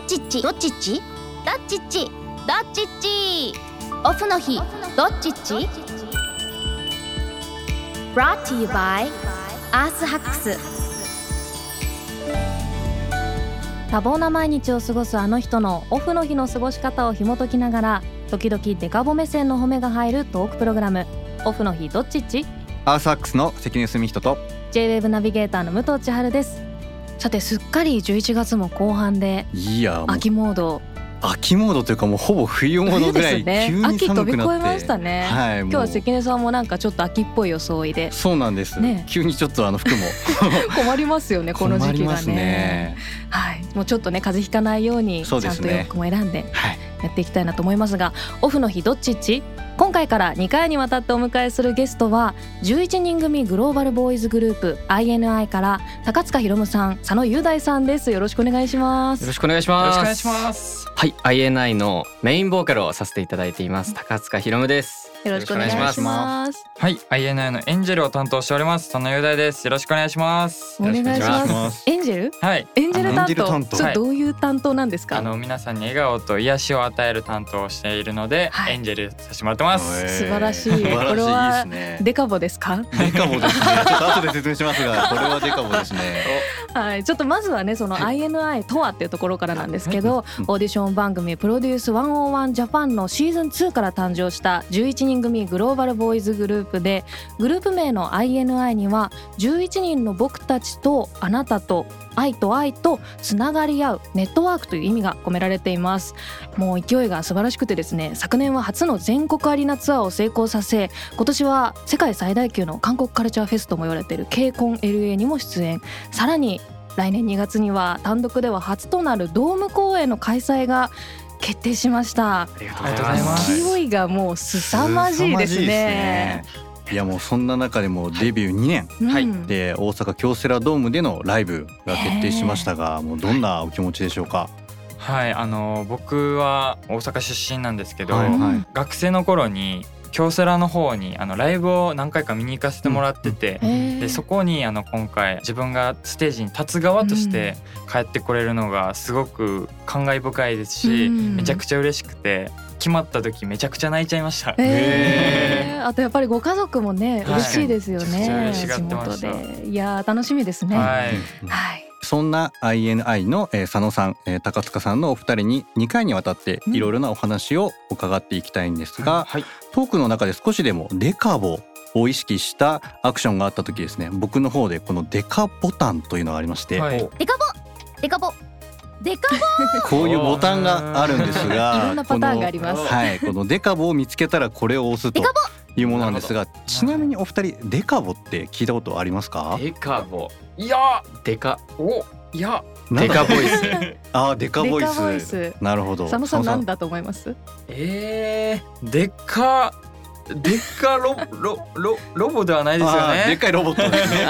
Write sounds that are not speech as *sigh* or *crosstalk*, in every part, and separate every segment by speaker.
Speaker 1: っちっちどっちっちどっちっちどっちっちオフの日どっちっち Brought to you by アースハックス
Speaker 2: 多忙な毎日を過ごすあの人のオフの日の過ごし方を紐解きながら時々デカボ目線の褒めが入るトークプログラム「オフの日どっちっち?
Speaker 3: アーサックスの関根澄人と」
Speaker 2: JWEB ナビゲーターの武藤千春ですさてすっかり11月も後半で
Speaker 3: いやもう
Speaker 2: 秋モード
Speaker 3: 秋モードというかもうほぼ冬モードぐらい
Speaker 2: 冬です
Speaker 3: 急
Speaker 2: ね
Speaker 3: に
Speaker 2: 秋飛
Speaker 3: 寒
Speaker 2: び
Speaker 3: く
Speaker 2: 越
Speaker 3: な
Speaker 2: え
Speaker 3: って
Speaker 2: ましたね、
Speaker 3: は
Speaker 2: 今
Speaker 3: いもう
Speaker 2: 日は関根さんもなんかちょっと秋っぽい装い
Speaker 3: *laughs*
Speaker 2: で
Speaker 3: そうなんです、
Speaker 2: ね
Speaker 3: 急にちょっとあの服も
Speaker 2: 困りますよねこの時
Speaker 3: 困り
Speaker 2: 期
Speaker 3: ま
Speaker 2: が
Speaker 3: す
Speaker 2: ね
Speaker 3: ね
Speaker 2: はい、もうちょっとね風邪ひかないようにちゃ
Speaker 3: そ
Speaker 2: ん
Speaker 3: うです
Speaker 2: と
Speaker 3: ね
Speaker 2: 洋服も選んで
Speaker 3: はい
Speaker 2: やっていきたいなと思いますがオフの日どっちっち今回から2回にわたってお迎えするゲストは11人組グローバルボーイズグループ INI から高塚ひろむさん佐野雄大さんですよろしくお願いしま
Speaker 4: よ
Speaker 2: す
Speaker 4: ろしくお願いします。
Speaker 3: す
Speaker 4: はい、INI のメインボーカルをさせていただいています高塚ひろむです。
Speaker 2: よろしくお願いします
Speaker 4: よろくお願いしま
Speaker 5: はい、INI のエンジェルを担当しております佐野雄大です。よろしくお願いします。
Speaker 2: お願いし
Speaker 4: よろ
Speaker 2: ま
Speaker 4: し
Speaker 2: す
Speaker 4: くお願い
Speaker 3: します
Speaker 2: エンジェル
Speaker 5: はい、
Speaker 2: エンジェル担
Speaker 3: エンジェル
Speaker 2: 当
Speaker 3: 担当
Speaker 2: そ
Speaker 5: は
Speaker 2: れ
Speaker 5: い
Speaker 2: どういう担当なんですか、
Speaker 5: あの皆さんに笑顔と癒しを与える担当をしているので、
Speaker 2: はい
Speaker 5: エンジェルさせてもらってます。
Speaker 2: 素晴らしい
Speaker 3: 素晴らしい
Speaker 2: これは
Speaker 3: ですね
Speaker 2: デカボですか
Speaker 3: デカボですねちょっと後で説明しますがこれはデカボですね
Speaker 2: はいちょっとまずはねその INI とはっていうところからなんですけど、
Speaker 3: うん
Speaker 2: オーディション番組「プロデュース101ジャパンのシーズン2から誕生した11人組グローバルボーイズグループでグループ名の INI には11人の僕たちとあなたと愛と愛とつながり合うネットワークという意味が込められていますもう勢いが素晴らしくてですね昨年は初の全国アリーナツアーを成功させ今年は世界最大級の韓国カルチャーフェスとも言われている k コン l a にも出演さらに来年2月には単独では初となるドーム公演の開催が決定しました
Speaker 4: ありが
Speaker 5: とうございます
Speaker 2: 勢いがもう凄まじいですね
Speaker 3: 凄まじいですねいやもうそんな中でもデビュー2年
Speaker 2: はい
Speaker 3: で大阪京セラドームでのライブが決定しましたがもうどんなお気持ちでしょうか
Speaker 5: はい、あの僕は大阪出身なんですけど、
Speaker 3: はいはい
Speaker 5: 学生の頃に京セラの方にあのライブを何回か見に行かせてもらってて。でそこにあの今回自分がステージに立つ側として帰ってこれるのがすごく感慨深いですし、
Speaker 2: うん
Speaker 5: めちゃくちゃ嬉しくて決まった時めちゃくちゃ泣いちゃいました。
Speaker 2: えー、あとやっぱりご家族もね、
Speaker 5: はい
Speaker 2: 嬉しいですよね。
Speaker 5: めちゃくちゃ嬉しがってました
Speaker 2: 地元で、いやー楽しみですね。は
Speaker 5: は
Speaker 2: い、
Speaker 5: い、
Speaker 3: そんな INI のえー佐野さん、えー高塚さんのお二人に2回にわたって
Speaker 2: うん
Speaker 3: いろいろなお話を伺っていきたいんですが、
Speaker 4: はい
Speaker 3: トークの中で少しでもデカボを意識したアクションがあった時ですね僕の方でこのデカボタンというのがありまして、
Speaker 5: はい
Speaker 1: デカボデカボデカボ
Speaker 3: こういうボタンがあるんですが
Speaker 2: いろんなパターンがあります
Speaker 3: このはい、このデカボを見つけたらこれを押す
Speaker 1: デ
Speaker 3: と
Speaker 1: カ
Speaker 3: いうものなんですが
Speaker 5: ど
Speaker 3: ちなみにお二人デカボって聞いたことありますか
Speaker 4: デカボいやデカおいや
Speaker 3: なん
Speaker 4: デ
Speaker 3: だ
Speaker 4: カ
Speaker 3: *laughs*
Speaker 4: ボイス
Speaker 3: あーデカボイ
Speaker 2: デカボイ
Speaker 3: ス
Speaker 2: ス
Speaker 3: なるほど
Speaker 2: 佐野さんなんだと思います。
Speaker 5: えー、でっかでっかロロロロボではないですよ
Speaker 3: あーでっ
Speaker 5: ね。
Speaker 3: かいロボットですね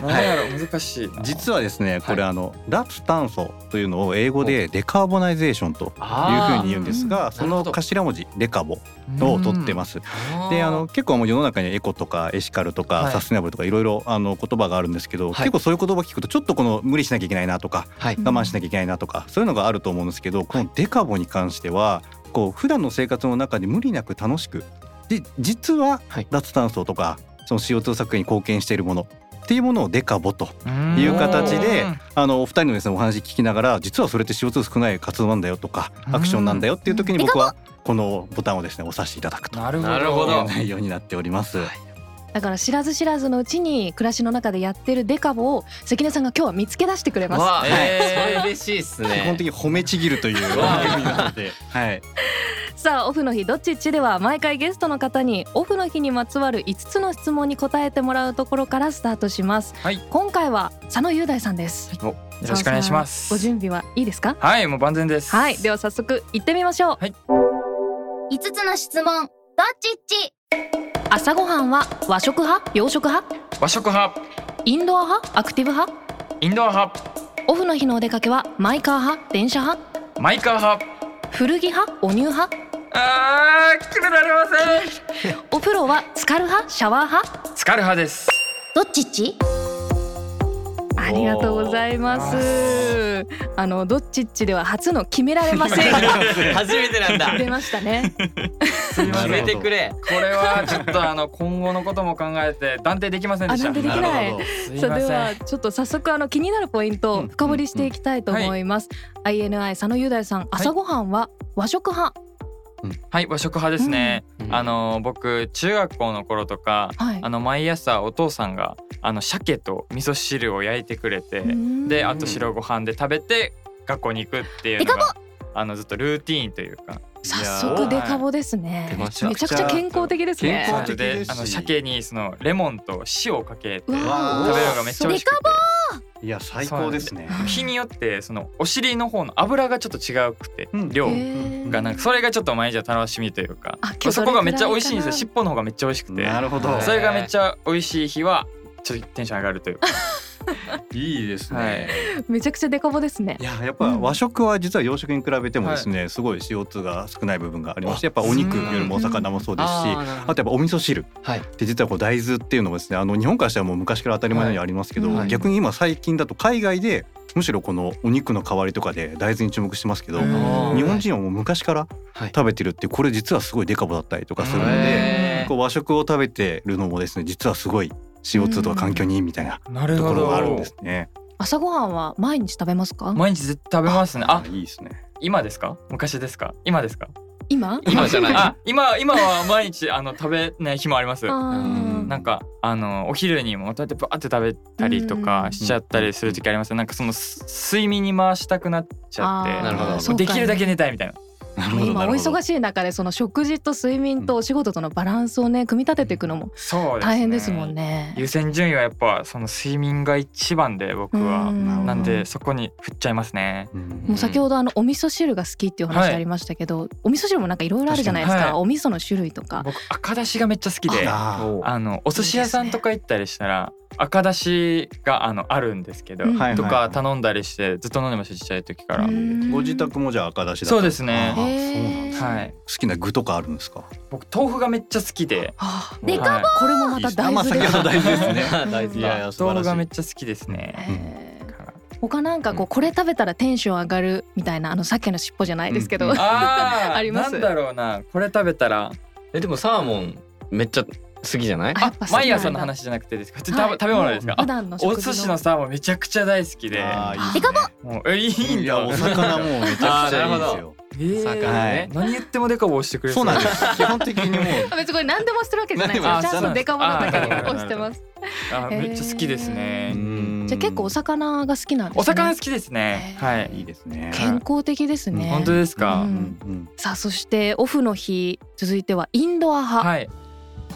Speaker 5: なんやろ難しいな。
Speaker 3: 実はですねこれ
Speaker 5: は
Speaker 3: あの、脱炭素というのを英語でデカーボナイゼーションというふうに言うんですがそ
Speaker 4: なる
Speaker 3: の
Speaker 4: ほど
Speaker 3: 頭文字デカボ
Speaker 5: ど
Speaker 3: を取ってます
Speaker 4: ー
Speaker 3: であの結構もう世の中にエコとかエシカルとか、
Speaker 4: はい
Speaker 3: サステナブルとかいろいろあの言葉があるんですけど、
Speaker 4: はい
Speaker 3: 結構そういう言葉聞くとちょっとこの無理しなきゃいけないなとか
Speaker 4: はい
Speaker 3: 我慢しなきゃいけないなとか、そういうのがあると思うんですけどこのデカボに関してはこう普段の生活の中で無理なく楽しくで実は
Speaker 4: はい
Speaker 3: 脱炭素とかその CO2 削減に貢献しているものっていうものをデカボと
Speaker 5: い
Speaker 3: いう形であのお二人のですねお話聞きながら実はそれって CO2 少ない活動なんだよとか
Speaker 5: うん
Speaker 3: アクションなんだよっていう時に僕はこのボタンをですね押させていただくと
Speaker 5: なるほど。
Speaker 4: なるほ
Speaker 3: いう
Speaker 4: ど
Speaker 3: 内容になっております。
Speaker 2: だから知らず知らずのうちに暮らしの中でやってるデカボを関根さんが今日は見つけ出してくれます。
Speaker 4: わあ、
Speaker 5: えー
Speaker 4: それ嬉しいです
Speaker 3: 基本
Speaker 4: ね
Speaker 3: 的に褒めちぎるという番組なので、はい、
Speaker 2: さあオフの日どっちっちでは毎回ゲストの方にオフの日にまつわる5つの質問に答えてもらうところからスタートします、
Speaker 5: はい
Speaker 2: 今回は佐野雄大さんです
Speaker 5: およろしくお願いします
Speaker 2: ご。準備はいいですか
Speaker 5: はい、もう万全です。
Speaker 2: はいで
Speaker 5: は
Speaker 2: は早速行ってみましょう
Speaker 1: 五つの質問どっちっち
Speaker 2: 朝ごはんは和食派洋食派
Speaker 5: 和食派、
Speaker 2: インドア派アクティブ派
Speaker 5: インドア派、
Speaker 2: オフの日のお出かけはマイカー派電車派
Speaker 5: マイカー派。
Speaker 2: 古着派お乳派
Speaker 5: あー、決められません。
Speaker 2: お風呂は浸かる派シャワー派
Speaker 5: スカル派です。
Speaker 1: どっちっち
Speaker 2: ありがとうございます。あのどっちっちでは初の決められませんが
Speaker 4: 初めてなんだ
Speaker 2: 出ましたね。
Speaker 5: すいま
Speaker 4: 決
Speaker 5: せん
Speaker 4: めてくれ
Speaker 5: *laughs* これはちょっとあの今後のことも考えて断定できませんでした
Speaker 2: あ断定できない
Speaker 3: るほど
Speaker 5: すい
Speaker 2: さあ
Speaker 5: ま
Speaker 2: で
Speaker 5: せん
Speaker 2: はちょっと早速あの気になるポイント
Speaker 3: う
Speaker 2: を
Speaker 3: ん
Speaker 2: 深掘りしていきたいと思います。INI 佐野雄大さん朝ごはんは和食派。
Speaker 5: はい和食派ですね、あ
Speaker 4: あの
Speaker 5: の僕中学校の頃とか
Speaker 2: はい
Speaker 5: あ。の毎朝お父さんがあの鮭と味噌汁を焼いてくれて、であと白ご飯で食べて学校に行くっていうのがあのずっとルーティーンというか
Speaker 2: 早速デカボですね。
Speaker 3: いや
Speaker 2: め
Speaker 3: ー
Speaker 2: ちゃくちゃ健康的ですね
Speaker 3: 健。康的
Speaker 5: で
Speaker 3: ですし
Speaker 5: あの鮭にそのレモンと塩をかけて食べ
Speaker 2: う
Speaker 5: るの
Speaker 2: わ
Speaker 3: ー
Speaker 5: がめっちゃ美味しくて
Speaker 3: いや最高ですね。
Speaker 5: 日によってそのお尻の方の油がちょっと違うくて、
Speaker 3: うん
Speaker 5: 量
Speaker 2: へー
Speaker 5: がなんかそれがちょっと毎日の楽しみというか
Speaker 2: あ今日
Speaker 5: そこがめっちゃ美味しいんですよ
Speaker 2: それ
Speaker 5: 尻尾の方がめっちゃ美味しくて
Speaker 3: なるほど。
Speaker 4: ね
Speaker 5: それがめっちゃ美味しい日はちょっとテンション上がるというか
Speaker 3: いいです
Speaker 5: は
Speaker 3: ね
Speaker 5: い。
Speaker 2: めちゃくちゃデカボですね
Speaker 3: い。ややっぱ和食は実は洋食に比べてもですね、すごい CO2 が少ない部分がありましてやっぱお肉よりもお魚もそうですし、あ
Speaker 4: あ
Speaker 3: とやっぱお味噌汁
Speaker 4: はい
Speaker 3: で実はこう大豆っていうのもですねあの日本からしたらもう昔から当たり前のようにありますけど、
Speaker 2: はい
Speaker 3: 逆に今最近だと海外でむしろこのお肉の代わりとかで大豆に注目してますけど、
Speaker 5: うん
Speaker 3: 日本人はもう昔から
Speaker 4: はい
Speaker 3: 食べてるってこれ実はすごいデカボだったりとかするので、
Speaker 4: へ
Speaker 3: こう和食を食べてるのもですね実はすごい CO2 とか環境にいいみたいな
Speaker 5: なる
Speaker 3: ところがあるんですね。
Speaker 2: 朝ごはんは毎日食べますか？
Speaker 5: 毎日絶対食べますねあ
Speaker 3: いいですね。
Speaker 5: 今ですか昔ですか今ですか
Speaker 2: 今？
Speaker 4: 今じゃない
Speaker 5: あ今今は毎日あの食べない日もあります
Speaker 2: あ
Speaker 5: なんかあのお昼にもまたバーって食べたりとかしちゃったりする時ありますなんかそのす睡眠に回したくなっちゃって
Speaker 2: あー
Speaker 4: なるほど
Speaker 5: もう
Speaker 2: そうか
Speaker 5: できるだけ寝たいみたいな
Speaker 3: なる
Speaker 2: ー
Speaker 3: ほど
Speaker 2: 今
Speaker 3: な
Speaker 2: お
Speaker 3: るほど
Speaker 2: 忙しい中でその食事と睡眠とお仕事とのバランスをね組み立てていくのも
Speaker 5: そうですね
Speaker 2: 大変ですもんね。
Speaker 5: 優先順位はやっぱその睡眠が一番で僕は
Speaker 2: うん
Speaker 5: なんでそこに振っちゃいますね
Speaker 3: うん
Speaker 2: もう先ほどあのお味噌汁が好きっていう話ありましたけど、お味噌汁もなんかいろいろあるじゃないですか。
Speaker 5: 確かには
Speaker 2: お味噌の種類とか。
Speaker 5: 僕赤だしがめっちゃ好きであ
Speaker 3: あー
Speaker 5: のお寿司屋さんとか行ったりしたら赤だしがあのあるんですけど
Speaker 2: うん
Speaker 3: はいはい
Speaker 5: とか頼んだりしてずっと飲んでましたちっちゃい時から
Speaker 2: う。ん
Speaker 3: ご自宅もじゃあ赤だしだった
Speaker 5: そうですね
Speaker 3: あーそうなんだ
Speaker 2: へー
Speaker 5: はい、
Speaker 3: 好きな具とかあるんですか。
Speaker 5: 僕豆腐がめっちゃ好きで
Speaker 2: はあ
Speaker 1: デカボ
Speaker 5: はい
Speaker 2: これもまた大豆
Speaker 3: いい
Speaker 2: で
Speaker 3: っ
Speaker 2: す
Speaker 3: すねまあ先ほど大豆ですね
Speaker 4: *laughs* 大
Speaker 2: い
Speaker 4: 豆
Speaker 2: や
Speaker 4: だ
Speaker 2: い
Speaker 5: 豆腐がめっちゃ好きですね。
Speaker 2: へー他なんかこうこれ食べたらテンション上がるみたいなあの鮭の尻尾じゃないですけど、
Speaker 3: うんうん
Speaker 5: あ
Speaker 2: あります
Speaker 5: なんだろうな、これ食べたら、
Speaker 4: えでもサーモンめっちゃ好きじゃない
Speaker 2: *laughs* あや
Speaker 5: あ
Speaker 2: っぱ、そうなんだ
Speaker 5: 毎朝の話じゃなくてですか。普通に食
Speaker 2: はい
Speaker 5: べ食べ物ですか。
Speaker 2: 普
Speaker 5: あ
Speaker 2: 段の
Speaker 5: お
Speaker 2: 食事
Speaker 5: 寿司のサーモンめちゃくちゃ大好きで、
Speaker 3: あー
Speaker 1: デカ
Speaker 3: ボ。
Speaker 5: もうえいいん
Speaker 3: いや
Speaker 5: だ。
Speaker 3: お魚もめちゃくちゃいいんですよ。
Speaker 5: えー
Speaker 4: 魚
Speaker 3: ね
Speaker 5: 何言ってもデカボ押してくれ。
Speaker 3: そうなんですす。基本的にもう。
Speaker 2: あ別にこれ何でも押してるわけじゃないです
Speaker 5: 何
Speaker 2: よ。
Speaker 5: も
Speaker 2: ちゃんとデカボの中に
Speaker 5: あ
Speaker 2: 押してます。
Speaker 5: あ
Speaker 2: へー
Speaker 5: めっちゃ好きですね。
Speaker 3: うん
Speaker 2: じゃあ結構お魚が好きなんですね。
Speaker 5: お魚好きですね。
Speaker 2: へ
Speaker 5: はい
Speaker 2: ー。
Speaker 3: いいですね。
Speaker 2: 健康的ですね。
Speaker 3: うん
Speaker 5: 本当ですか。
Speaker 2: うん
Speaker 3: うん
Speaker 2: さあそしてオフの日続いてはインドア派。
Speaker 5: はい。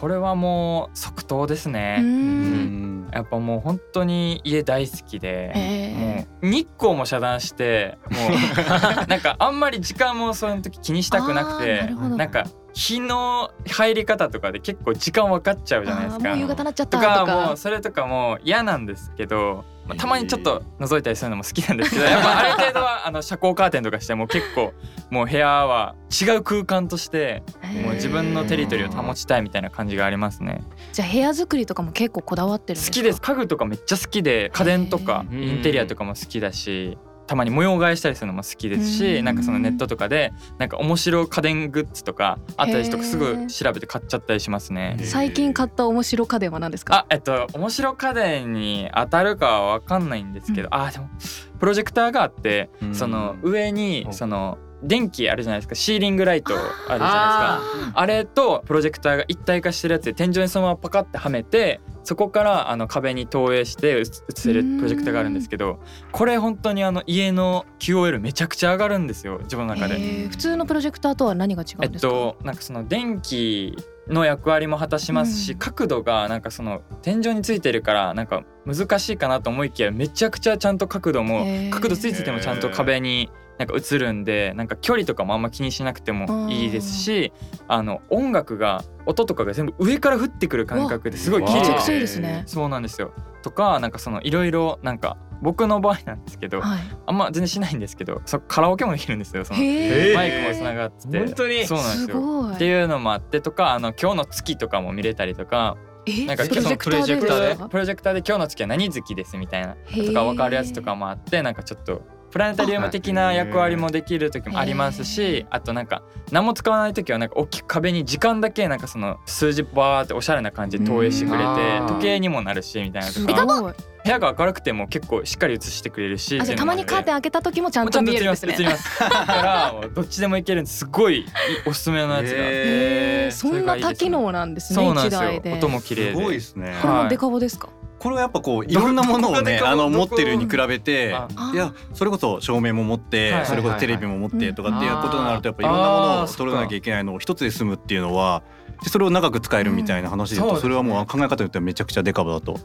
Speaker 5: これはもう即答です
Speaker 2: う。
Speaker 5: ね。
Speaker 3: うんん
Speaker 5: やっぱもう本当に家大好きで。も
Speaker 2: え
Speaker 5: う日光も遮断しても
Speaker 2: *laughs*
Speaker 5: うなんかあんまり時間もそういう時気にしたくなく
Speaker 2: あーなる
Speaker 5: て
Speaker 2: ほど
Speaker 5: なんか日の入り方とかで結構時間分かっちゃうじゃない
Speaker 2: あ
Speaker 5: です
Speaker 2: ーもう夕
Speaker 5: か。
Speaker 2: 方なっちゃった
Speaker 5: と
Speaker 2: と
Speaker 5: かも
Speaker 2: か
Speaker 5: う。それとかも嫌なんですけど、まあ、たまにちょっと覗いたりするのも好きなんです
Speaker 2: *laughs*
Speaker 5: けどやっぱある程度はあの遮光カーテンとかしても結構もう部屋は違う空間としてもう自分のテリトリーを保ちたいみたいな感じがありますね。
Speaker 2: じゃあ部屋作りとかも結構こだわってるんです
Speaker 5: 好
Speaker 2: か。
Speaker 5: きです家具とかめっちゃ好きで家電とか
Speaker 4: へー
Speaker 5: インテリアとかも好きだしたまに模様替えしたりするのも好きです
Speaker 2: う
Speaker 5: し
Speaker 2: ん
Speaker 5: なんかそのネットとかでなんか面白い家電グッズとかあったりとか
Speaker 2: へー
Speaker 5: すぐ調べて買っちゃったりしますね。
Speaker 2: 最近買った面白家電は何ですか。
Speaker 5: あえっと面白家電に当たるかは分かんないんですけど、あでもプロジェクターがあって
Speaker 3: うん
Speaker 5: その上に
Speaker 4: うん
Speaker 5: その電気あるじゃないですかシーリングライトあるじゃないですか。
Speaker 4: あ
Speaker 5: あれとプロジェクターが一体化してるやつで天井にそのままパカってはめてそこからあの壁に投影して映せるプロジェクターがあるんですけどこれ本当にあの家の QOL めちゃくちゃ上がるんですよ自分の中
Speaker 2: へ
Speaker 5: で。
Speaker 2: ー普通のプロジェクターとは何が違うん
Speaker 5: えっ
Speaker 2: ですか。
Speaker 5: となんかその電気の役割も果たしますし、
Speaker 2: うん
Speaker 5: 角度がなんかその天井についてるからなんか難しいかなと思いきやめちゃくちゃちゃんと角度も
Speaker 2: へー
Speaker 5: 角度ついててもちゃんと壁になんか映るんでなんか距離とかもあんま気にしなくてもいいですしあの音楽が音とかが全部上から降ってくる感覚ですごい綺
Speaker 2: めちゃ
Speaker 5: 麗
Speaker 2: くちゃいい
Speaker 5: で
Speaker 2: ですね。
Speaker 5: そうなんですよとかなんかそのいろいろなんか僕の場合なんですけど
Speaker 2: はい。
Speaker 5: あんま全然しないんですけどそカラオケもできるんですよその
Speaker 2: へー
Speaker 5: マイクもつながってて
Speaker 4: 本当に
Speaker 5: そうなんですすよ
Speaker 2: ごい。
Speaker 5: っていうのもあってとかあの今日の月とかも見れたりとか
Speaker 2: え
Speaker 5: なんか
Speaker 2: プロ
Speaker 5: そ
Speaker 2: ジ
Speaker 5: の
Speaker 2: ェク
Speaker 5: プ
Speaker 2: タ
Speaker 5: ロ
Speaker 2: ー
Speaker 5: ジェ
Speaker 2: で
Speaker 5: クター
Speaker 2: で
Speaker 5: です
Speaker 2: か
Speaker 5: プロジェクターで今日の月は何月ですみたいな
Speaker 2: へ
Speaker 5: と
Speaker 2: ー
Speaker 5: か分かるやつとかもあってなんかちょっとプラネタリウム的な役割もできる時もありますしあとなんか何も使わない時はなんか大きく壁に時間だけなんかその数字バーっておしゃれな感じで投影してくれ
Speaker 4: うん
Speaker 5: て
Speaker 4: あー
Speaker 5: 時計にもなるしみたいな
Speaker 2: す
Speaker 5: と
Speaker 2: ごい
Speaker 5: か部屋が明るくても結構しっかり映してくれるし
Speaker 2: あじゃあたまにカーテン
Speaker 5: ン
Speaker 2: 開けた時もちゃんと見えるんですね
Speaker 5: 映ります映りますだからもうどっちでもいけるんですすごいいいおすすめのやつが、
Speaker 2: へーそんな多機能なんですね
Speaker 5: そうなん
Speaker 2: 一
Speaker 5: です
Speaker 2: 台で
Speaker 5: よ音も綺麗
Speaker 3: す
Speaker 5: で
Speaker 3: ごいですね
Speaker 2: これ
Speaker 5: は
Speaker 2: も
Speaker 5: い
Speaker 2: デカボです
Speaker 5: *laughs*
Speaker 2: か
Speaker 3: これはやっぱこういろんなものをね
Speaker 5: どこ
Speaker 3: あの
Speaker 5: どこ
Speaker 3: 持ってるに比べて
Speaker 5: あ
Speaker 2: あー
Speaker 3: いやそれこそ照明も持っ
Speaker 5: はいはい
Speaker 3: て
Speaker 5: はい
Speaker 3: それこそテレビも持ってとかっていうことになるとやっぱい
Speaker 5: うん
Speaker 3: ろんなもの
Speaker 5: あ
Speaker 3: を
Speaker 5: ー
Speaker 3: 揃えなきゃいけないのを一つで済むっていうのはでそれを長く使えるみたいな話で言う
Speaker 5: うん
Speaker 3: と
Speaker 5: そうですね
Speaker 3: それはもう考え方によってはめちゃくちゃデカボだと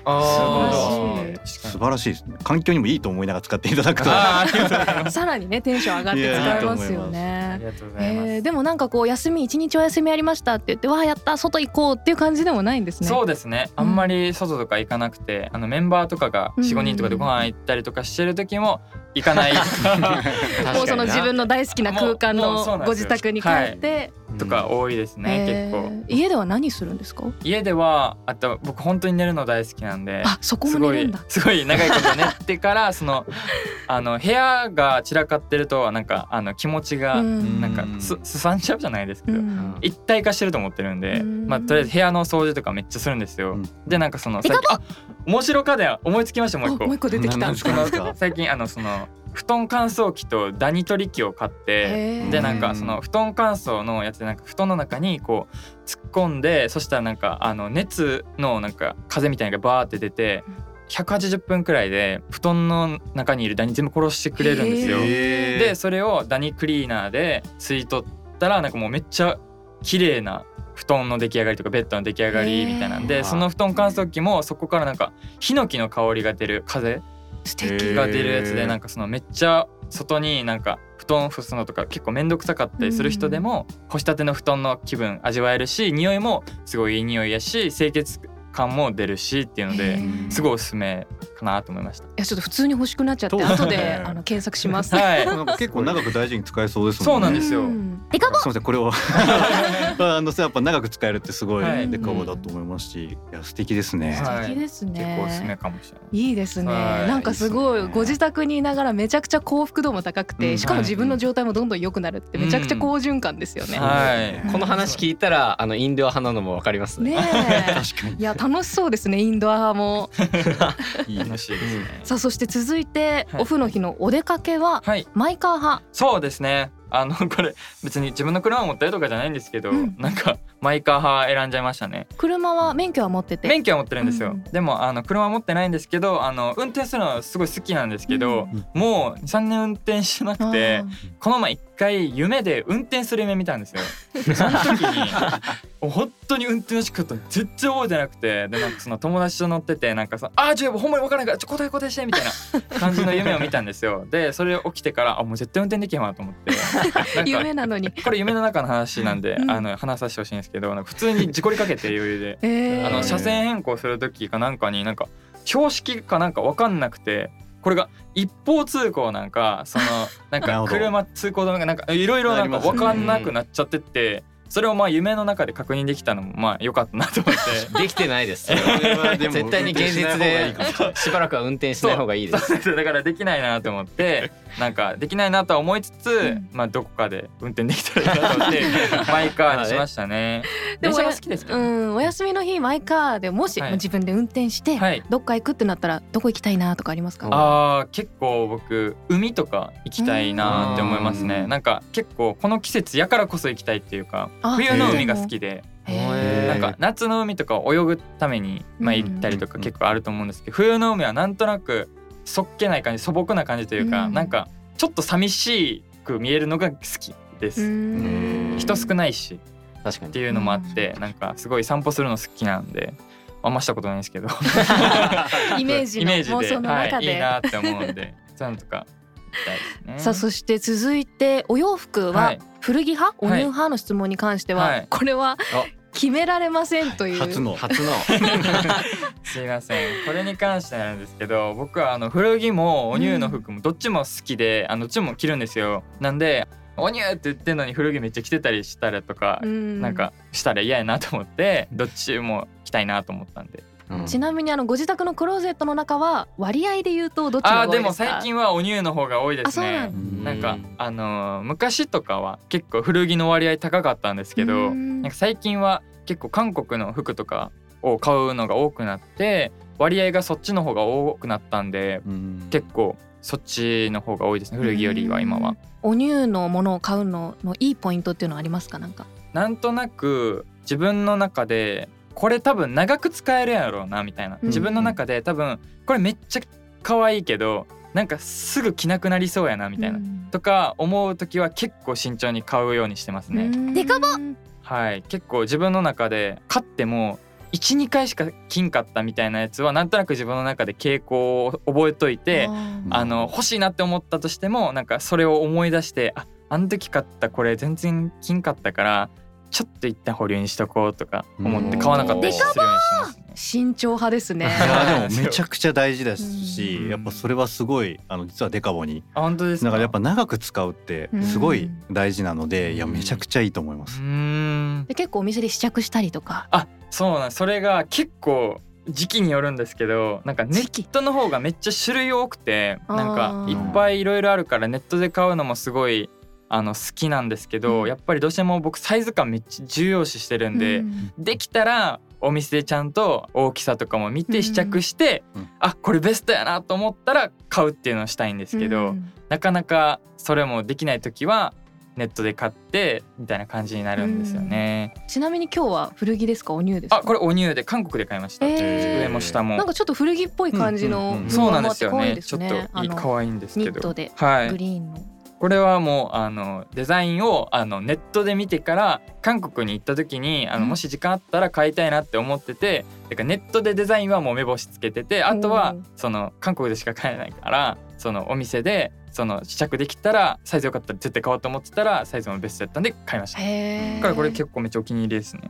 Speaker 3: 素
Speaker 5: あー確かに
Speaker 3: 晴らしいですね環境にもいいと思いながら使っていただく
Speaker 5: *laughs*
Speaker 3: と
Speaker 5: あーありがと
Speaker 2: *laughs*
Speaker 5: うございます
Speaker 2: さらにねテンション上がって使えますよ
Speaker 5: あ
Speaker 2: ね
Speaker 5: り。がとうございます。
Speaker 2: えー、でもなんかこう休み一日お休みありましたって言ってわあやった外行こうっていう感じでもないんですね。
Speaker 5: そうですね。あんまり外とか行かなくて、あのメンバーとかが
Speaker 2: うん
Speaker 5: 四五人とかでご飯行ったりとかしてる時も行かな
Speaker 2: *laughs*
Speaker 5: い
Speaker 2: もうその
Speaker 4: 確かにな
Speaker 2: 自分の大好きな空間
Speaker 5: もうもうそ
Speaker 2: の
Speaker 5: うなんですよ
Speaker 2: ご自宅に帰って、
Speaker 5: とか多いですね。
Speaker 2: えー
Speaker 5: 結構
Speaker 2: 家では何するんですか？
Speaker 5: 家ではあと僕本当に寝るの大好きなんで。
Speaker 2: あそこ
Speaker 5: す
Speaker 2: も
Speaker 5: ご
Speaker 2: 寝るん
Speaker 5: い
Speaker 2: だ。
Speaker 5: すごい長いこと寝てから *laughs* そのあの部屋が散らかってるとなんかあの気持ちが
Speaker 2: うん
Speaker 5: なんかすすさんじゃうじゃないですけ
Speaker 2: う
Speaker 5: ど、
Speaker 2: ん
Speaker 5: 一体化してると思ってるんで、
Speaker 2: うん
Speaker 5: まあとりあえず部屋の掃除とかめっちゃするんですよ。
Speaker 3: うん
Speaker 5: でなんかその
Speaker 1: デカ
Speaker 5: 最近あ面白家電思いつきましたもう一
Speaker 2: あもう
Speaker 5: 個
Speaker 2: 一。個出てきた
Speaker 3: 何。ですか何ですか
Speaker 5: *laughs* 最近あのその布団乾燥機とダニ取り機を買って。
Speaker 2: へー
Speaker 5: でなんかその布団乾燥のやつでなんか布団の中にこう突っ込んでそしたらなんかあの熱のなんか風みたいなのがバーって出て180分くらいで布団の中にいるダニ全部殺してくれるんですよ。で
Speaker 3: で
Speaker 5: それをダニクリーナーで吸い取ったらなんかもうめっちゃ綺麗な布団の出来上がりとかベッドの出来上がりみたいなん
Speaker 4: へ
Speaker 5: で
Speaker 4: ー
Speaker 5: その布団乾燥機もそこからなんかヒノキの香りが出る風
Speaker 2: 素敵。
Speaker 3: へー
Speaker 5: が出るやつでなんかそのめっちゃ外になんか布団干すのとか結構面倒くさかったりする人でも干したての布団の気分味わえるし匂いもすごいいい匂いやし清潔感も出るしっていうの
Speaker 2: へ
Speaker 5: で
Speaker 2: ー
Speaker 5: すごいおすすめかなと思いました。
Speaker 2: *laughs* いやちょっと普通に欲しくなっちゃって
Speaker 3: そう
Speaker 2: 後で
Speaker 3: ね
Speaker 2: あの検索します。
Speaker 5: はい
Speaker 3: なんか結構長く大事に使えそうです
Speaker 5: そ
Speaker 3: も
Speaker 5: うん
Speaker 3: ね
Speaker 5: なんですよ
Speaker 2: うん
Speaker 1: デカボ
Speaker 3: すみませんこれを
Speaker 5: *laughs*
Speaker 3: あのそうやっぱ長く使えるってすご
Speaker 5: はいい
Speaker 3: デカボだと思いますし、いや素敵ですね。
Speaker 5: は
Speaker 2: 素敵です
Speaker 5: 結
Speaker 2: ね。
Speaker 5: 構おすすめかもしれない。
Speaker 2: いいですね。
Speaker 5: はい
Speaker 2: なんかすご
Speaker 3: い
Speaker 2: い
Speaker 3: いですね
Speaker 2: ご自宅にいながらめちゃくちゃ幸福度も高く
Speaker 4: う
Speaker 2: て、
Speaker 4: ん
Speaker 2: しかも自分の状態もどんどん良くなるってめちゃくちゃ好循環ですよね。
Speaker 5: はい
Speaker 2: うん
Speaker 4: この話聞いたらあのインドア派なのもわかりますね
Speaker 2: ね
Speaker 5: *laughs*
Speaker 3: 確か
Speaker 2: え。いや楽しそうですねインドア派も。
Speaker 3: にいい
Speaker 5: 楽
Speaker 3: です
Speaker 5: しいですね。
Speaker 2: さあそして続いて
Speaker 5: はい
Speaker 2: オフの日のお出かけは
Speaker 5: はい、
Speaker 2: マイカー派。
Speaker 5: そうですね。あのこれ別に自分の車を持ったりとかじゃないんですけど、
Speaker 2: うん
Speaker 5: なんかマイカー派選んじゃいましたね。
Speaker 2: 車は免許は持ってて。
Speaker 5: 免許は持ってるんですよ。
Speaker 2: うん
Speaker 5: でもあの車は持ってないんですけど、あの運転するのはすごい好きなんですけど、もう三年運転してなくて、この前一回夢で運転する夢見たん
Speaker 2: *laughs*
Speaker 5: ですよ。その時に本当に運転の仕方絶対覚えてなくてでなんかその友達と乗っててなんかさ「あーちょほんまに分からんからちょ答え答えして」みたいな感じの夢を見たんですよ。でそれ起きてからあもう絶対運転できへんわと思ってなんか
Speaker 2: 夢なの
Speaker 5: *laughs*
Speaker 2: に。
Speaker 5: これ夢の中の話なんで、
Speaker 2: うん
Speaker 5: あの話させてほしいんですけどなんか普通に事故りかけて余裕で。
Speaker 2: ええ
Speaker 5: あの車線変更する時かなんかになんか標識かなんか分かんなくてこれが一方通行なんかそのなん
Speaker 3: なる
Speaker 5: か
Speaker 3: ほど
Speaker 5: 車通行止めがなんかいろいろなんか分かんなくなっちゃってってそれをまあ夢の中で確認できたのもまあ良かったなと思って
Speaker 4: できてないです
Speaker 3: に
Speaker 4: 絶対に現実でしばらくは運転しない方がいいです
Speaker 5: そうだからできないなと思ってなんかできないなとは思いつつ、
Speaker 2: うん
Speaker 5: まあどこかで運転できたらいいなと思ってマイカーにしましたね。
Speaker 2: で
Speaker 5: 電
Speaker 2: も
Speaker 5: 車が好きですけ
Speaker 2: う
Speaker 5: どね、
Speaker 2: んお休みの日マイカーでもし
Speaker 5: はい
Speaker 2: 自分で運転して
Speaker 5: はい
Speaker 2: どっか行くってなったらどこ行きたいなとかありますか？
Speaker 5: あー結構僕海とか行きたいなって思います
Speaker 4: う
Speaker 5: ね
Speaker 4: ん
Speaker 5: なんか結構この季節やからこそ行きたいっていうか
Speaker 2: あ
Speaker 5: 冬の海が好きで
Speaker 2: へー
Speaker 5: なんか夏の海とか泳ぐために、まあ、
Speaker 2: うん
Speaker 5: 行ったりとか結構あると思うんですけど冬の海はなんとなくそっけない感じ素朴な感じというか、
Speaker 2: うん
Speaker 5: なんかちょっと寂しく見えるのが好きです、
Speaker 2: うん
Speaker 5: 人少ないし
Speaker 4: 確か
Speaker 5: っ
Speaker 4: に
Speaker 5: ていうのもあって、なんかすごい散歩するの好きなんであんましたことないんですけど
Speaker 2: イメージの妄想の中
Speaker 5: はい、いい
Speaker 2: で。
Speaker 5: なって思うんで *laughs* そういうのとか行きたいですね
Speaker 2: さあそして続いてお洋服
Speaker 5: は
Speaker 2: はい古着派、お
Speaker 5: は
Speaker 2: ニュ
Speaker 5: い
Speaker 2: ー派の質問に関しては、
Speaker 5: はい
Speaker 2: これは
Speaker 4: あ
Speaker 2: 決められませんという、
Speaker 3: 初の
Speaker 4: 初の
Speaker 5: すいませんこれに関してなんですけど僕はあの古着もお乳の服もどっちも好きで、あのどっちも着るんですよなんでお乳って言ってんのに古着めっちゃ着てたりしたらとか、
Speaker 2: うん
Speaker 5: なんかしたら嫌やなと思ってどっちもきたいなと思ったんで
Speaker 4: うん
Speaker 2: ちなみにあのご自宅のクローゼットの中は割合で言うとどっち
Speaker 5: あ
Speaker 2: が
Speaker 5: あ
Speaker 2: 多
Speaker 5: で
Speaker 2: いで
Speaker 5: も
Speaker 2: すか
Speaker 5: 最近はお乳の方が多いです
Speaker 2: あそうなん
Speaker 5: ね
Speaker 2: だ
Speaker 3: うん
Speaker 5: なん
Speaker 4: う
Speaker 5: か
Speaker 4: ん
Speaker 5: あのー昔とかは結構古着の割合高かったんですけど
Speaker 2: うん
Speaker 5: なんか最近は結構韓国の服とかを買うのが多くなって割合がそっちの方が多くなったんで
Speaker 3: うん
Speaker 5: 結構そっちの方が多いですね古着よりは今は。
Speaker 2: お乳のものを買うののいいポイントっていうのはありますかなんか
Speaker 5: なんとなく自分の中でこれ多分長く使えるやろうなみたいな、
Speaker 2: うん
Speaker 5: 自分の中で多分これめっちゃ可愛いけどなんかすぐ着なくなりそうやなみたいな、
Speaker 2: うん
Speaker 5: とか思う時は結構慎重に買うようにしてますね、
Speaker 2: うん
Speaker 1: デカボ
Speaker 5: はい結構自分の中で買っても12回しか着んかったみたいなやつはなんとなく自分の中で傾向を覚えといて
Speaker 2: あ
Speaker 5: あの欲しいなって思ったとしてもなんかそれを思い出してああの時買ったこれ全然金買ったからちょっと一旦保留にしとこうとか思って買わなかったりするようにしてますね
Speaker 2: ー。慎重派です
Speaker 5: *laughs*
Speaker 2: ね
Speaker 3: いや
Speaker 5: はい
Speaker 3: でもめちゃくちゃ大事ですし、
Speaker 5: うん
Speaker 3: やっぱそれはすごいあの実はデカボに
Speaker 5: あ本当です
Speaker 3: だ
Speaker 5: か。
Speaker 3: からやっぱ長く使うってすごい大事なので、
Speaker 4: うん
Speaker 3: いやめちゃくちゃいいと思いま
Speaker 5: う
Speaker 3: す。
Speaker 5: ーん
Speaker 2: で結構お店で試着したりとか
Speaker 5: あそうなんそれが結構時期によるんですけどなんかネ
Speaker 2: 時期
Speaker 5: ットの方がめっちゃ種類多くて
Speaker 2: あー
Speaker 5: なんかいっぱいいろいろあるからネットで買うのもすごいあの好きなんですけど、
Speaker 2: うん
Speaker 5: やっぱりどうしても僕サイズ感めっちゃ重要視してるんで、
Speaker 2: うん
Speaker 5: できたらお店でちゃんと大きさとかも見
Speaker 2: う
Speaker 5: て
Speaker 2: ん
Speaker 5: 試着して、
Speaker 3: うん
Speaker 5: あこれベストやなと思ったら買うっていうのをしたいんですけど、
Speaker 2: うん
Speaker 5: なかなかそれもできない時はネットで買ってみたいな感じになるんですよね。
Speaker 2: ちなみに今日は古着ですかお乳ですか
Speaker 5: あこれお乳で韓国で買いました、
Speaker 2: え
Speaker 5: 上も下も
Speaker 2: なんかちょっと古着っぽい感じ
Speaker 3: うん
Speaker 2: の
Speaker 3: うんうん
Speaker 5: そうなんですよ
Speaker 2: 可愛い
Speaker 5: ね
Speaker 2: です
Speaker 5: ちょっ
Speaker 2: ね
Speaker 5: といい
Speaker 2: あの
Speaker 5: 可愛いんですけ
Speaker 2: ニッ
Speaker 5: ど
Speaker 2: トで
Speaker 5: は
Speaker 2: グ
Speaker 5: い
Speaker 2: リーンの
Speaker 5: これはもうあのデザインをあのネットで見てから韓国に行った時にあの
Speaker 2: うん
Speaker 5: もし時間あったら買いたいなって思っててだからネットでデザインはもう目星つけててあとは
Speaker 2: うん
Speaker 5: その韓国でしか買えないからそのお店でその試着できたらサイズよかったら絶対買おうと思ってたらサイズもベストやったんで買いました。だ
Speaker 2: へえ
Speaker 5: からこれ結構めっちゃお気に入りですね。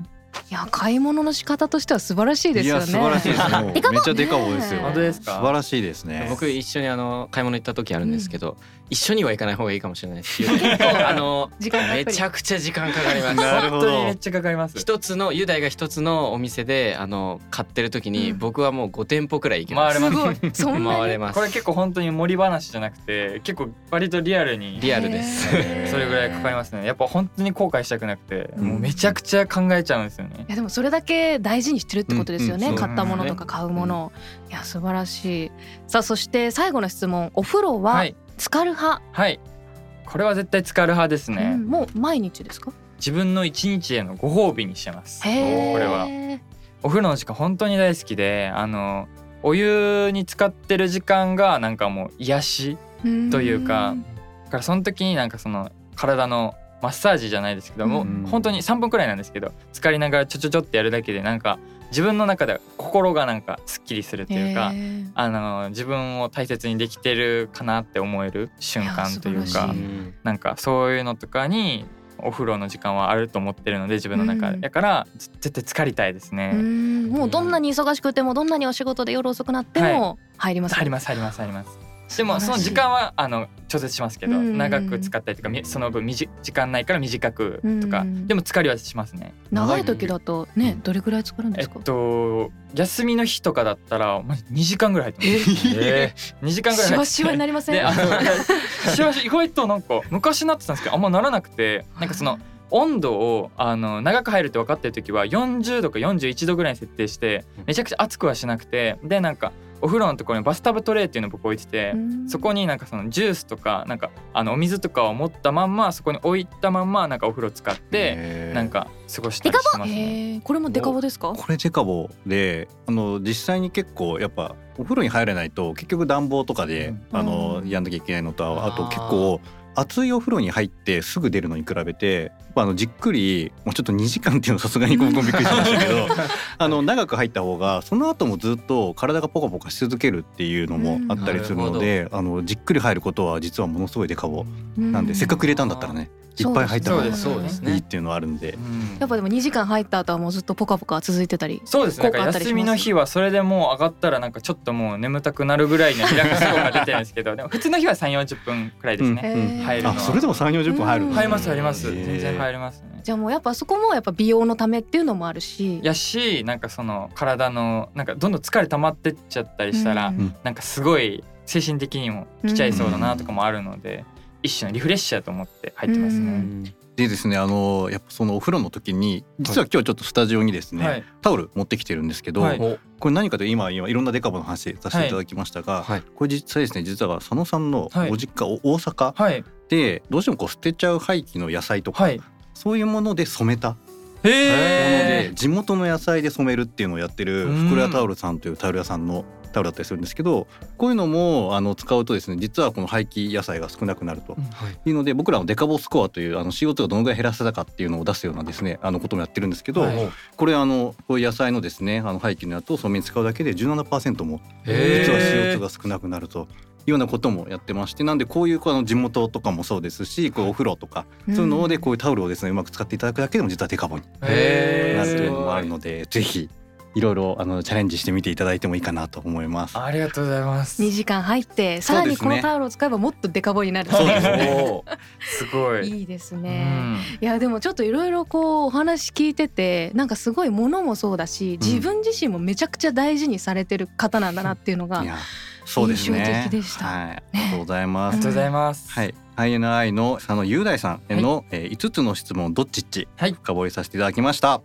Speaker 2: いや買い物の仕方としては素晴らしいですよね
Speaker 3: や素晴らしいです。もう
Speaker 1: デカボ
Speaker 3: めっちゃデカボです
Speaker 2: ね
Speaker 3: よ。
Speaker 2: え
Speaker 5: 本当です
Speaker 3: 素
Speaker 5: か
Speaker 3: 晴らしいですね。
Speaker 4: 僕一緒にあの買い物行った時あるんですけど、一緒には行かない方がいいかもしれないです。結構あの
Speaker 2: 時間たっぷり
Speaker 4: めちゃくちゃ時間かかります。
Speaker 3: なるほ
Speaker 5: 本当にめ
Speaker 3: ど
Speaker 5: っ。ちゃかかります。
Speaker 4: 一つの雄大が一つのお店であの買ってる時に、
Speaker 2: うん
Speaker 4: 僕はもう5店舗くらい行きます。
Speaker 5: 回
Speaker 2: すごいそんな
Speaker 4: 回
Speaker 2: に
Speaker 4: れます。
Speaker 5: これ結構本当に盛り話じゃなくて結構割とリアルに
Speaker 4: リアルです。
Speaker 2: へー
Speaker 5: それぐらいかかりますねやっぱ本当に後悔したくなくて、
Speaker 2: うん
Speaker 5: もうめちゃくちゃ考えちゃうんですよね
Speaker 2: いやでもそれだけ大事にしてるってことですよね、
Speaker 3: うんうんそう
Speaker 2: 買ったものとか買うものを、いや素晴らしいさあそして最後の質問お風呂は
Speaker 5: はい
Speaker 2: 浸かる派、
Speaker 5: はいこれは絶対使う派ですね、
Speaker 2: うんもう毎日ですか
Speaker 5: 自分の一日へのご褒美にしてます
Speaker 2: へえ
Speaker 5: これはお風呂の時間本当に大好きであのお湯に使ってる時間がなんかもう癒しというかだからその時になんかその体のマッサージじゃないですけども、
Speaker 3: うん
Speaker 5: 本当に3分くらいなんですけど浸かりながらちょちょちょってやるだけでなんか自分の中では心がなんかすっきりするというか、
Speaker 2: へえ
Speaker 5: あの自分を大切にできてるかなって思える瞬間とい
Speaker 2: いや
Speaker 5: う
Speaker 2: 素晴ら
Speaker 5: か
Speaker 2: しい
Speaker 5: なんかそういうのとかにお風呂の時間はあると思ってるので自分の中
Speaker 2: う
Speaker 5: で
Speaker 2: ん
Speaker 5: だからず絶対疲れたいです
Speaker 2: う
Speaker 5: ね。
Speaker 2: んもうどんなに忙しくてもどんなにお仕事で夜遅くなっても入ります、
Speaker 5: ありますありますあります。
Speaker 2: す
Speaker 5: でもその時間はあの調節しますけど
Speaker 2: うん
Speaker 5: 長く使ったりとかみその分みじ時間ないから短くと
Speaker 2: う
Speaker 5: か
Speaker 2: ん
Speaker 5: でも疲れはしますね。
Speaker 2: 長い時だとね
Speaker 3: うん
Speaker 2: どれぐらい浸かるんで
Speaker 5: えっ
Speaker 2: すか、
Speaker 5: と休みの日とかだったらま2時間ぐらい入ってます。
Speaker 4: え
Speaker 5: 2時間ぐ
Speaker 2: し
Speaker 5: らい入って
Speaker 2: わしわになりません
Speaker 5: であの *laughs* しわし意外となんか昔なってたんですけどあんまならなくてなんかその温度をあの長く入るって分かってる時は40度か41度ぐらいに設定してめちゃくちゃ熱くはしなくてでなんかお風呂のところにバスタブトレーっていうのを僕置いてて。そこになんかそのジュースとかなんかあのお水とかを持ったまんまそこに置いたまんまなんかお風呂使って
Speaker 3: へー
Speaker 5: なんか過ごしたりしてますね。
Speaker 2: へえこれもデカボですか
Speaker 3: これデカボであの実際に結構やっぱお風呂に入れないと結局暖房とかで、
Speaker 5: うん
Speaker 3: あの
Speaker 2: うん
Speaker 3: やんなきゃいけないのとあと
Speaker 4: あー
Speaker 3: 結構熱いお風呂に入ってすぐ出るのに比べてやっぱあのじっくりもうちょっと2時間っていうのはさすがに僕もびっくりしましたけ
Speaker 5: *laughs*
Speaker 3: どあの長く入った方がその後もずっと体がポカポカし続けるっていうのもあったりするので、あのじっくり入ることは実はものすごいデカボなんで、
Speaker 2: う
Speaker 3: せっかく入れたんだったらねいっぱい入った
Speaker 5: そ
Speaker 3: 方
Speaker 5: う
Speaker 3: が
Speaker 5: で
Speaker 3: い
Speaker 5: すそうです
Speaker 4: ね
Speaker 3: いっていうのはあるんで。
Speaker 5: うん
Speaker 2: やっぱでも2時間入った後はもうずっとポカポカ続いてたり
Speaker 5: そうですね。
Speaker 2: 効果あ
Speaker 5: な
Speaker 2: っ
Speaker 5: ん
Speaker 2: た
Speaker 5: か
Speaker 2: りします
Speaker 5: 休みの日はそれでもう上がったらなんかちょっともう眠たくなるぐらいのリラックス効果が出てるんですけど、でも普通の日は3、40分くらいですね。
Speaker 3: うん
Speaker 5: は入るのは
Speaker 3: あそれでも3 4 0分入る
Speaker 2: うん
Speaker 3: の
Speaker 5: 入ります入ります
Speaker 3: へー
Speaker 5: 全然入りますね
Speaker 2: じゃあもうやっぱそこもやっぱ美容のためっていうのもあるし
Speaker 5: やしなんかその体のなんかどんどん疲れ溜まってっちゃったりしたら、
Speaker 2: うん
Speaker 3: うん
Speaker 5: なんかすごい精神的にも来ちゃいそうだなとかもあるので、一種のリフレッシャーと思って入ってます
Speaker 2: う
Speaker 5: ね、
Speaker 2: ん
Speaker 3: でですねあのやっぱそのお風呂の時に実は今日ちょっとスタジオにですね、
Speaker 5: はい
Speaker 3: タオル持ってきてるんですけど、
Speaker 5: はい
Speaker 3: これ何かというと今今いろんなデカボの話させていただきましたが、
Speaker 4: はい
Speaker 3: これ実際ですね実は佐野さんの
Speaker 5: はい
Speaker 3: ご実家、お大阪
Speaker 5: はい
Speaker 3: でどうしてもこう捨てちゃう廃棄の野菜とか、
Speaker 5: はい
Speaker 3: そういうもので染めたもの
Speaker 5: へ
Speaker 3: で
Speaker 5: え
Speaker 3: 地元の野菜で染めるっていうのをやってる
Speaker 5: うん
Speaker 3: 袋屋タオルさんというタオル屋さんのタオルだったりするんですけどこういうのもあの使うとですね実はこの廃棄野菜が少なくなると
Speaker 4: はい
Speaker 3: いうので僕らのデカボスコアというあの CO2 がどのぐらい減らせたかっていうのを出すようなですねあのこともやってるんですけど、
Speaker 5: はい
Speaker 3: これあのこういう野菜のですねあの廃棄のやつを染めに使うだけで17%も
Speaker 5: へ
Speaker 3: 実
Speaker 5: ー
Speaker 3: は CO2 が少なくなると。いうようなこともやってましてなんでこういうこうあの地元とかもそうですしこうお風呂とか
Speaker 2: うん
Speaker 3: そういうのでこういうタオルをですねうまく使っていただくだけでも実はデカボに
Speaker 5: へ
Speaker 3: な
Speaker 5: ー
Speaker 3: るというのもあるのでぜひいろいろあのチャレンジしてみていただいてもいいかなと思います。
Speaker 5: ありがとうございます
Speaker 2: 2時間入ってさらにこ
Speaker 3: そうです
Speaker 2: の
Speaker 3: ね
Speaker 2: タオルを使えばもっとデカボになる
Speaker 3: そうです
Speaker 5: おーすごい
Speaker 2: *laughs* いいです
Speaker 5: う
Speaker 2: ね。
Speaker 5: ん
Speaker 2: いやでもちょっといろいろこうお話聞いててなんかすごいものもそうだし自分自身もめちゃくちゃ大事にされてる方なんだなっていうのが
Speaker 3: いやそうですね
Speaker 2: 印象的でした
Speaker 3: はい、ありがとうございま
Speaker 5: あ
Speaker 3: す
Speaker 5: りが。とうございます、
Speaker 3: はい、INI の佐野雄大さんへの、えー、5つの質問どっちっち、
Speaker 5: はい
Speaker 3: 深掘りさせていただきました。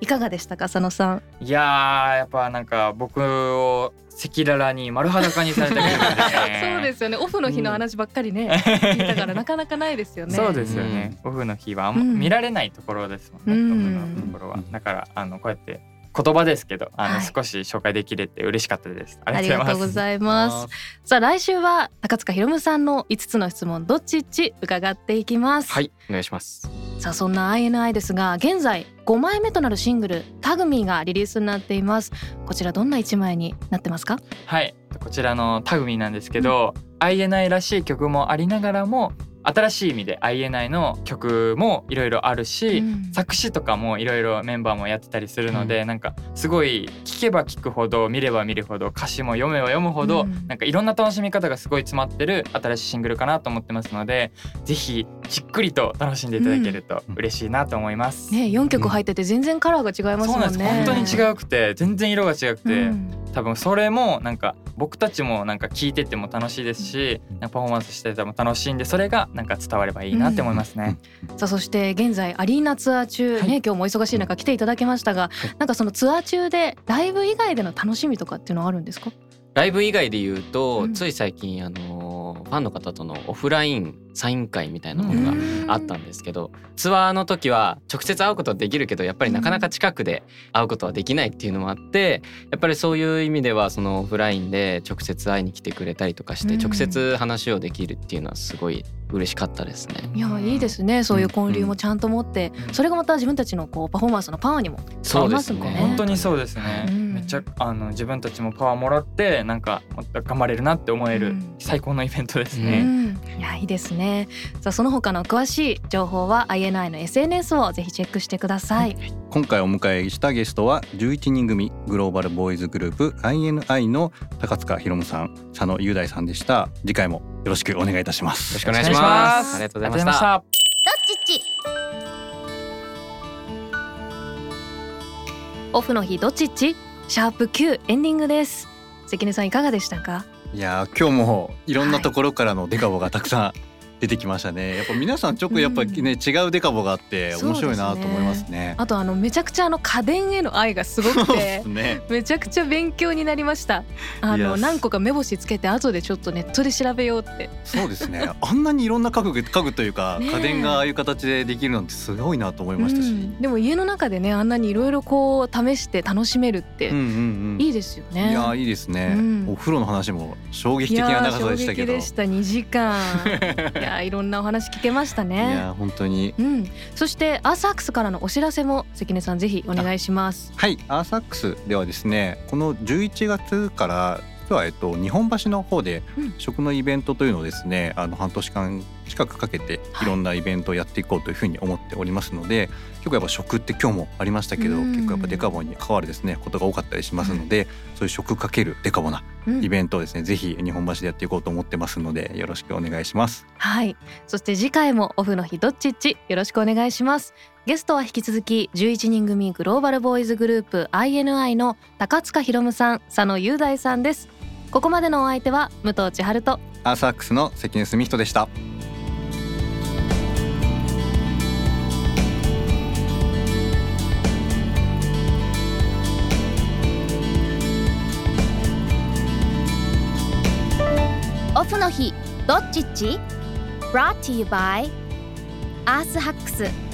Speaker 2: いかがでしたか佐野さん。
Speaker 5: いやーやっぱなんか僕を赤裸々に丸裸にされたけど *laughs* ね
Speaker 2: そうですよねオフの日の話ばっかりね、聞いたからなかなかないですよね。
Speaker 5: そうですよね、オフの日はあんま
Speaker 2: うん
Speaker 5: 見られないところですもんね、
Speaker 2: うん
Speaker 5: オフのところは、
Speaker 3: うん
Speaker 5: だからあのこうやって言葉ですけどあの、
Speaker 2: はい
Speaker 5: 少し紹介できれて嬉しかったですあ
Speaker 2: あ
Speaker 5: り
Speaker 2: り
Speaker 5: が
Speaker 2: が
Speaker 5: と
Speaker 2: と
Speaker 5: う
Speaker 2: う
Speaker 5: ご
Speaker 2: ご
Speaker 5: ざい
Speaker 2: ざい
Speaker 5: ま
Speaker 2: ますす。さあ来週は高塚ひろむさんの5つの質問どっちっち伺っていきます。
Speaker 4: はいお願いします
Speaker 2: さあそんな INI ですが現在5枚目となるシングル「タグミーがリリースになっていますこちらどんな1枚になってますか
Speaker 5: はいこちらのタグミなんですけど、INI らしい曲もありながらも新しい意味で INI の曲もいろいろあるし、
Speaker 2: うん
Speaker 5: 作詞とかもいろいろメンバーもやってたりするので、なんかすごい聞けば聞くほど見れば見るほど歌詞も読めば読むほど、
Speaker 2: うん
Speaker 5: なんかいろんな楽しみ方がすごい詰まってる新しいシングルかなと思ってますのでぜひじっくりと楽しんでいただけると嬉しいなと思います。
Speaker 2: ね4曲入ってて全然カラーが違います
Speaker 5: そうな
Speaker 2: も
Speaker 5: ん
Speaker 2: ん
Speaker 5: です、
Speaker 2: ね。
Speaker 5: 本当に違くて全然色が違くて、
Speaker 2: うん
Speaker 5: 多分それもなんか僕たちもなんか聞いてても楽しいですし、なんかパフォーマンスしてても楽しいんでそれがなんか伝わればいいなって思いますね。
Speaker 2: さあそして現在アリーナツアー中、
Speaker 5: はい
Speaker 2: ね今日もお忙しい中来ていただきましたが、なんかそのツアー中でライブ以外での楽しみとかっていうのはあるんですか、
Speaker 4: ライブ以外で言うと、
Speaker 2: うん
Speaker 4: つい最近あのファンの方とのオフラインサイン会みたいなも
Speaker 5: う
Speaker 4: のが
Speaker 2: うん
Speaker 4: あったんですけどツアーの時は直接会うことはできるけどやっぱりなかなか近くで会うことはできないっていうのもあってやっぱりそういう意味ではそのオフラインで直接会いに来てくれたりとかして
Speaker 2: うん
Speaker 4: 直接話をできるっていうのはすごい嬉しかったですね。
Speaker 2: いやいいですねそういう交流もちゃんと持って、それがまた自分たちのこうパフォーマンスのパワーにも
Speaker 4: そ
Speaker 2: あ
Speaker 4: うですね
Speaker 2: りますもんね
Speaker 5: 本当にそうですね、
Speaker 2: うん
Speaker 5: めっちゃあの自分たちもパワーもらってなんかまた頑張れるなって思える、
Speaker 2: うん
Speaker 5: 最高のイベントです
Speaker 2: う
Speaker 5: ね、
Speaker 2: ん、いやいいですねさあその他の詳しい情報は INI の SNS をぜひチェックしてください、
Speaker 3: 今回お迎えしたゲストは11人組グローバルボーイズグループ INI の高塚ひろむさん佐野雄大さんでした次回もよろしくお願いいたします
Speaker 4: よろしくお願いします。ありがとうございました。
Speaker 1: ちっち
Speaker 2: オフの日どっちっちシャープ Q エンディングです関根さんいかがでしたか
Speaker 3: いやー今日もいろんなところからのデカボがたくさん出てきましたねやっぱ皆さんちょっとやっぱね、違うデカボがあって面白いなと思いますね
Speaker 2: あとあのめちゃくちゃあの家電への愛がすごく *laughs* て
Speaker 3: ね
Speaker 2: めちゃくちゃ勉強になりましたあ
Speaker 3: い
Speaker 2: の
Speaker 3: や
Speaker 2: 何個か目星つけて後でちょっとネットで調べようって
Speaker 3: そうですね。あんなにいろんな家具家具というか
Speaker 2: ねえ
Speaker 3: 家電がああいう形でできるなんてすごいなと思いました
Speaker 2: う
Speaker 3: し。
Speaker 2: んでも家の中でねあんなにいろいろこう試して楽しめるって、
Speaker 3: うんうんうん。
Speaker 2: い
Speaker 3: い
Speaker 2: いですよね
Speaker 3: やいいですね、
Speaker 2: うん
Speaker 3: お風呂の話も衝撃
Speaker 2: い
Speaker 3: 的
Speaker 2: や
Speaker 3: な
Speaker 2: ー
Speaker 3: 長さでしたけど。
Speaker 2: 衝撃でした2時
Speaker 3: *laughs*
Speaker 2: 間いやーいろんなお話聞けました
Speaker 3: い
Speaker 2: ね
Speaker 3: やー本当に。
Speaker 2: うん、そしてアーサークスからのお知らせも関根さんぜひお願いします
Speaker 3: はい、アーサックスではですね、この11月から。くは、えっと、日本橋の方で
Speaker 2: うん
Speaker 3: 食のイベントというのをですねあの半年間近くかけて
Speaker 2: はい
Speaker 3: いろんなイベントをやっていこうというふうに思っておりますので結構やっぱ食って今日もありましたけど
Speaker 2: うん
Speaker 3: 結構やっぱデカボに関わるですねことが多かったりしますのでそういう食かけるデカボな
Speaker 2: うん
Speaker 3: イベントをですねぜひ日本橋でやっていこうと思ってますのでよろしくお願いします。
Speaker 2: はいそして次回もオフの日どっちっちよろしくお願いしますゲストは引き続き11人組グローバルボーイズグループ INI の高塚ひろむさん佐野雄大さんですここまでのお相手は武藤千春と
Speaker 3: アーサックスの関根澄人でした。
Speaker 1: オフの日どっちっち Brought to you by アースハックス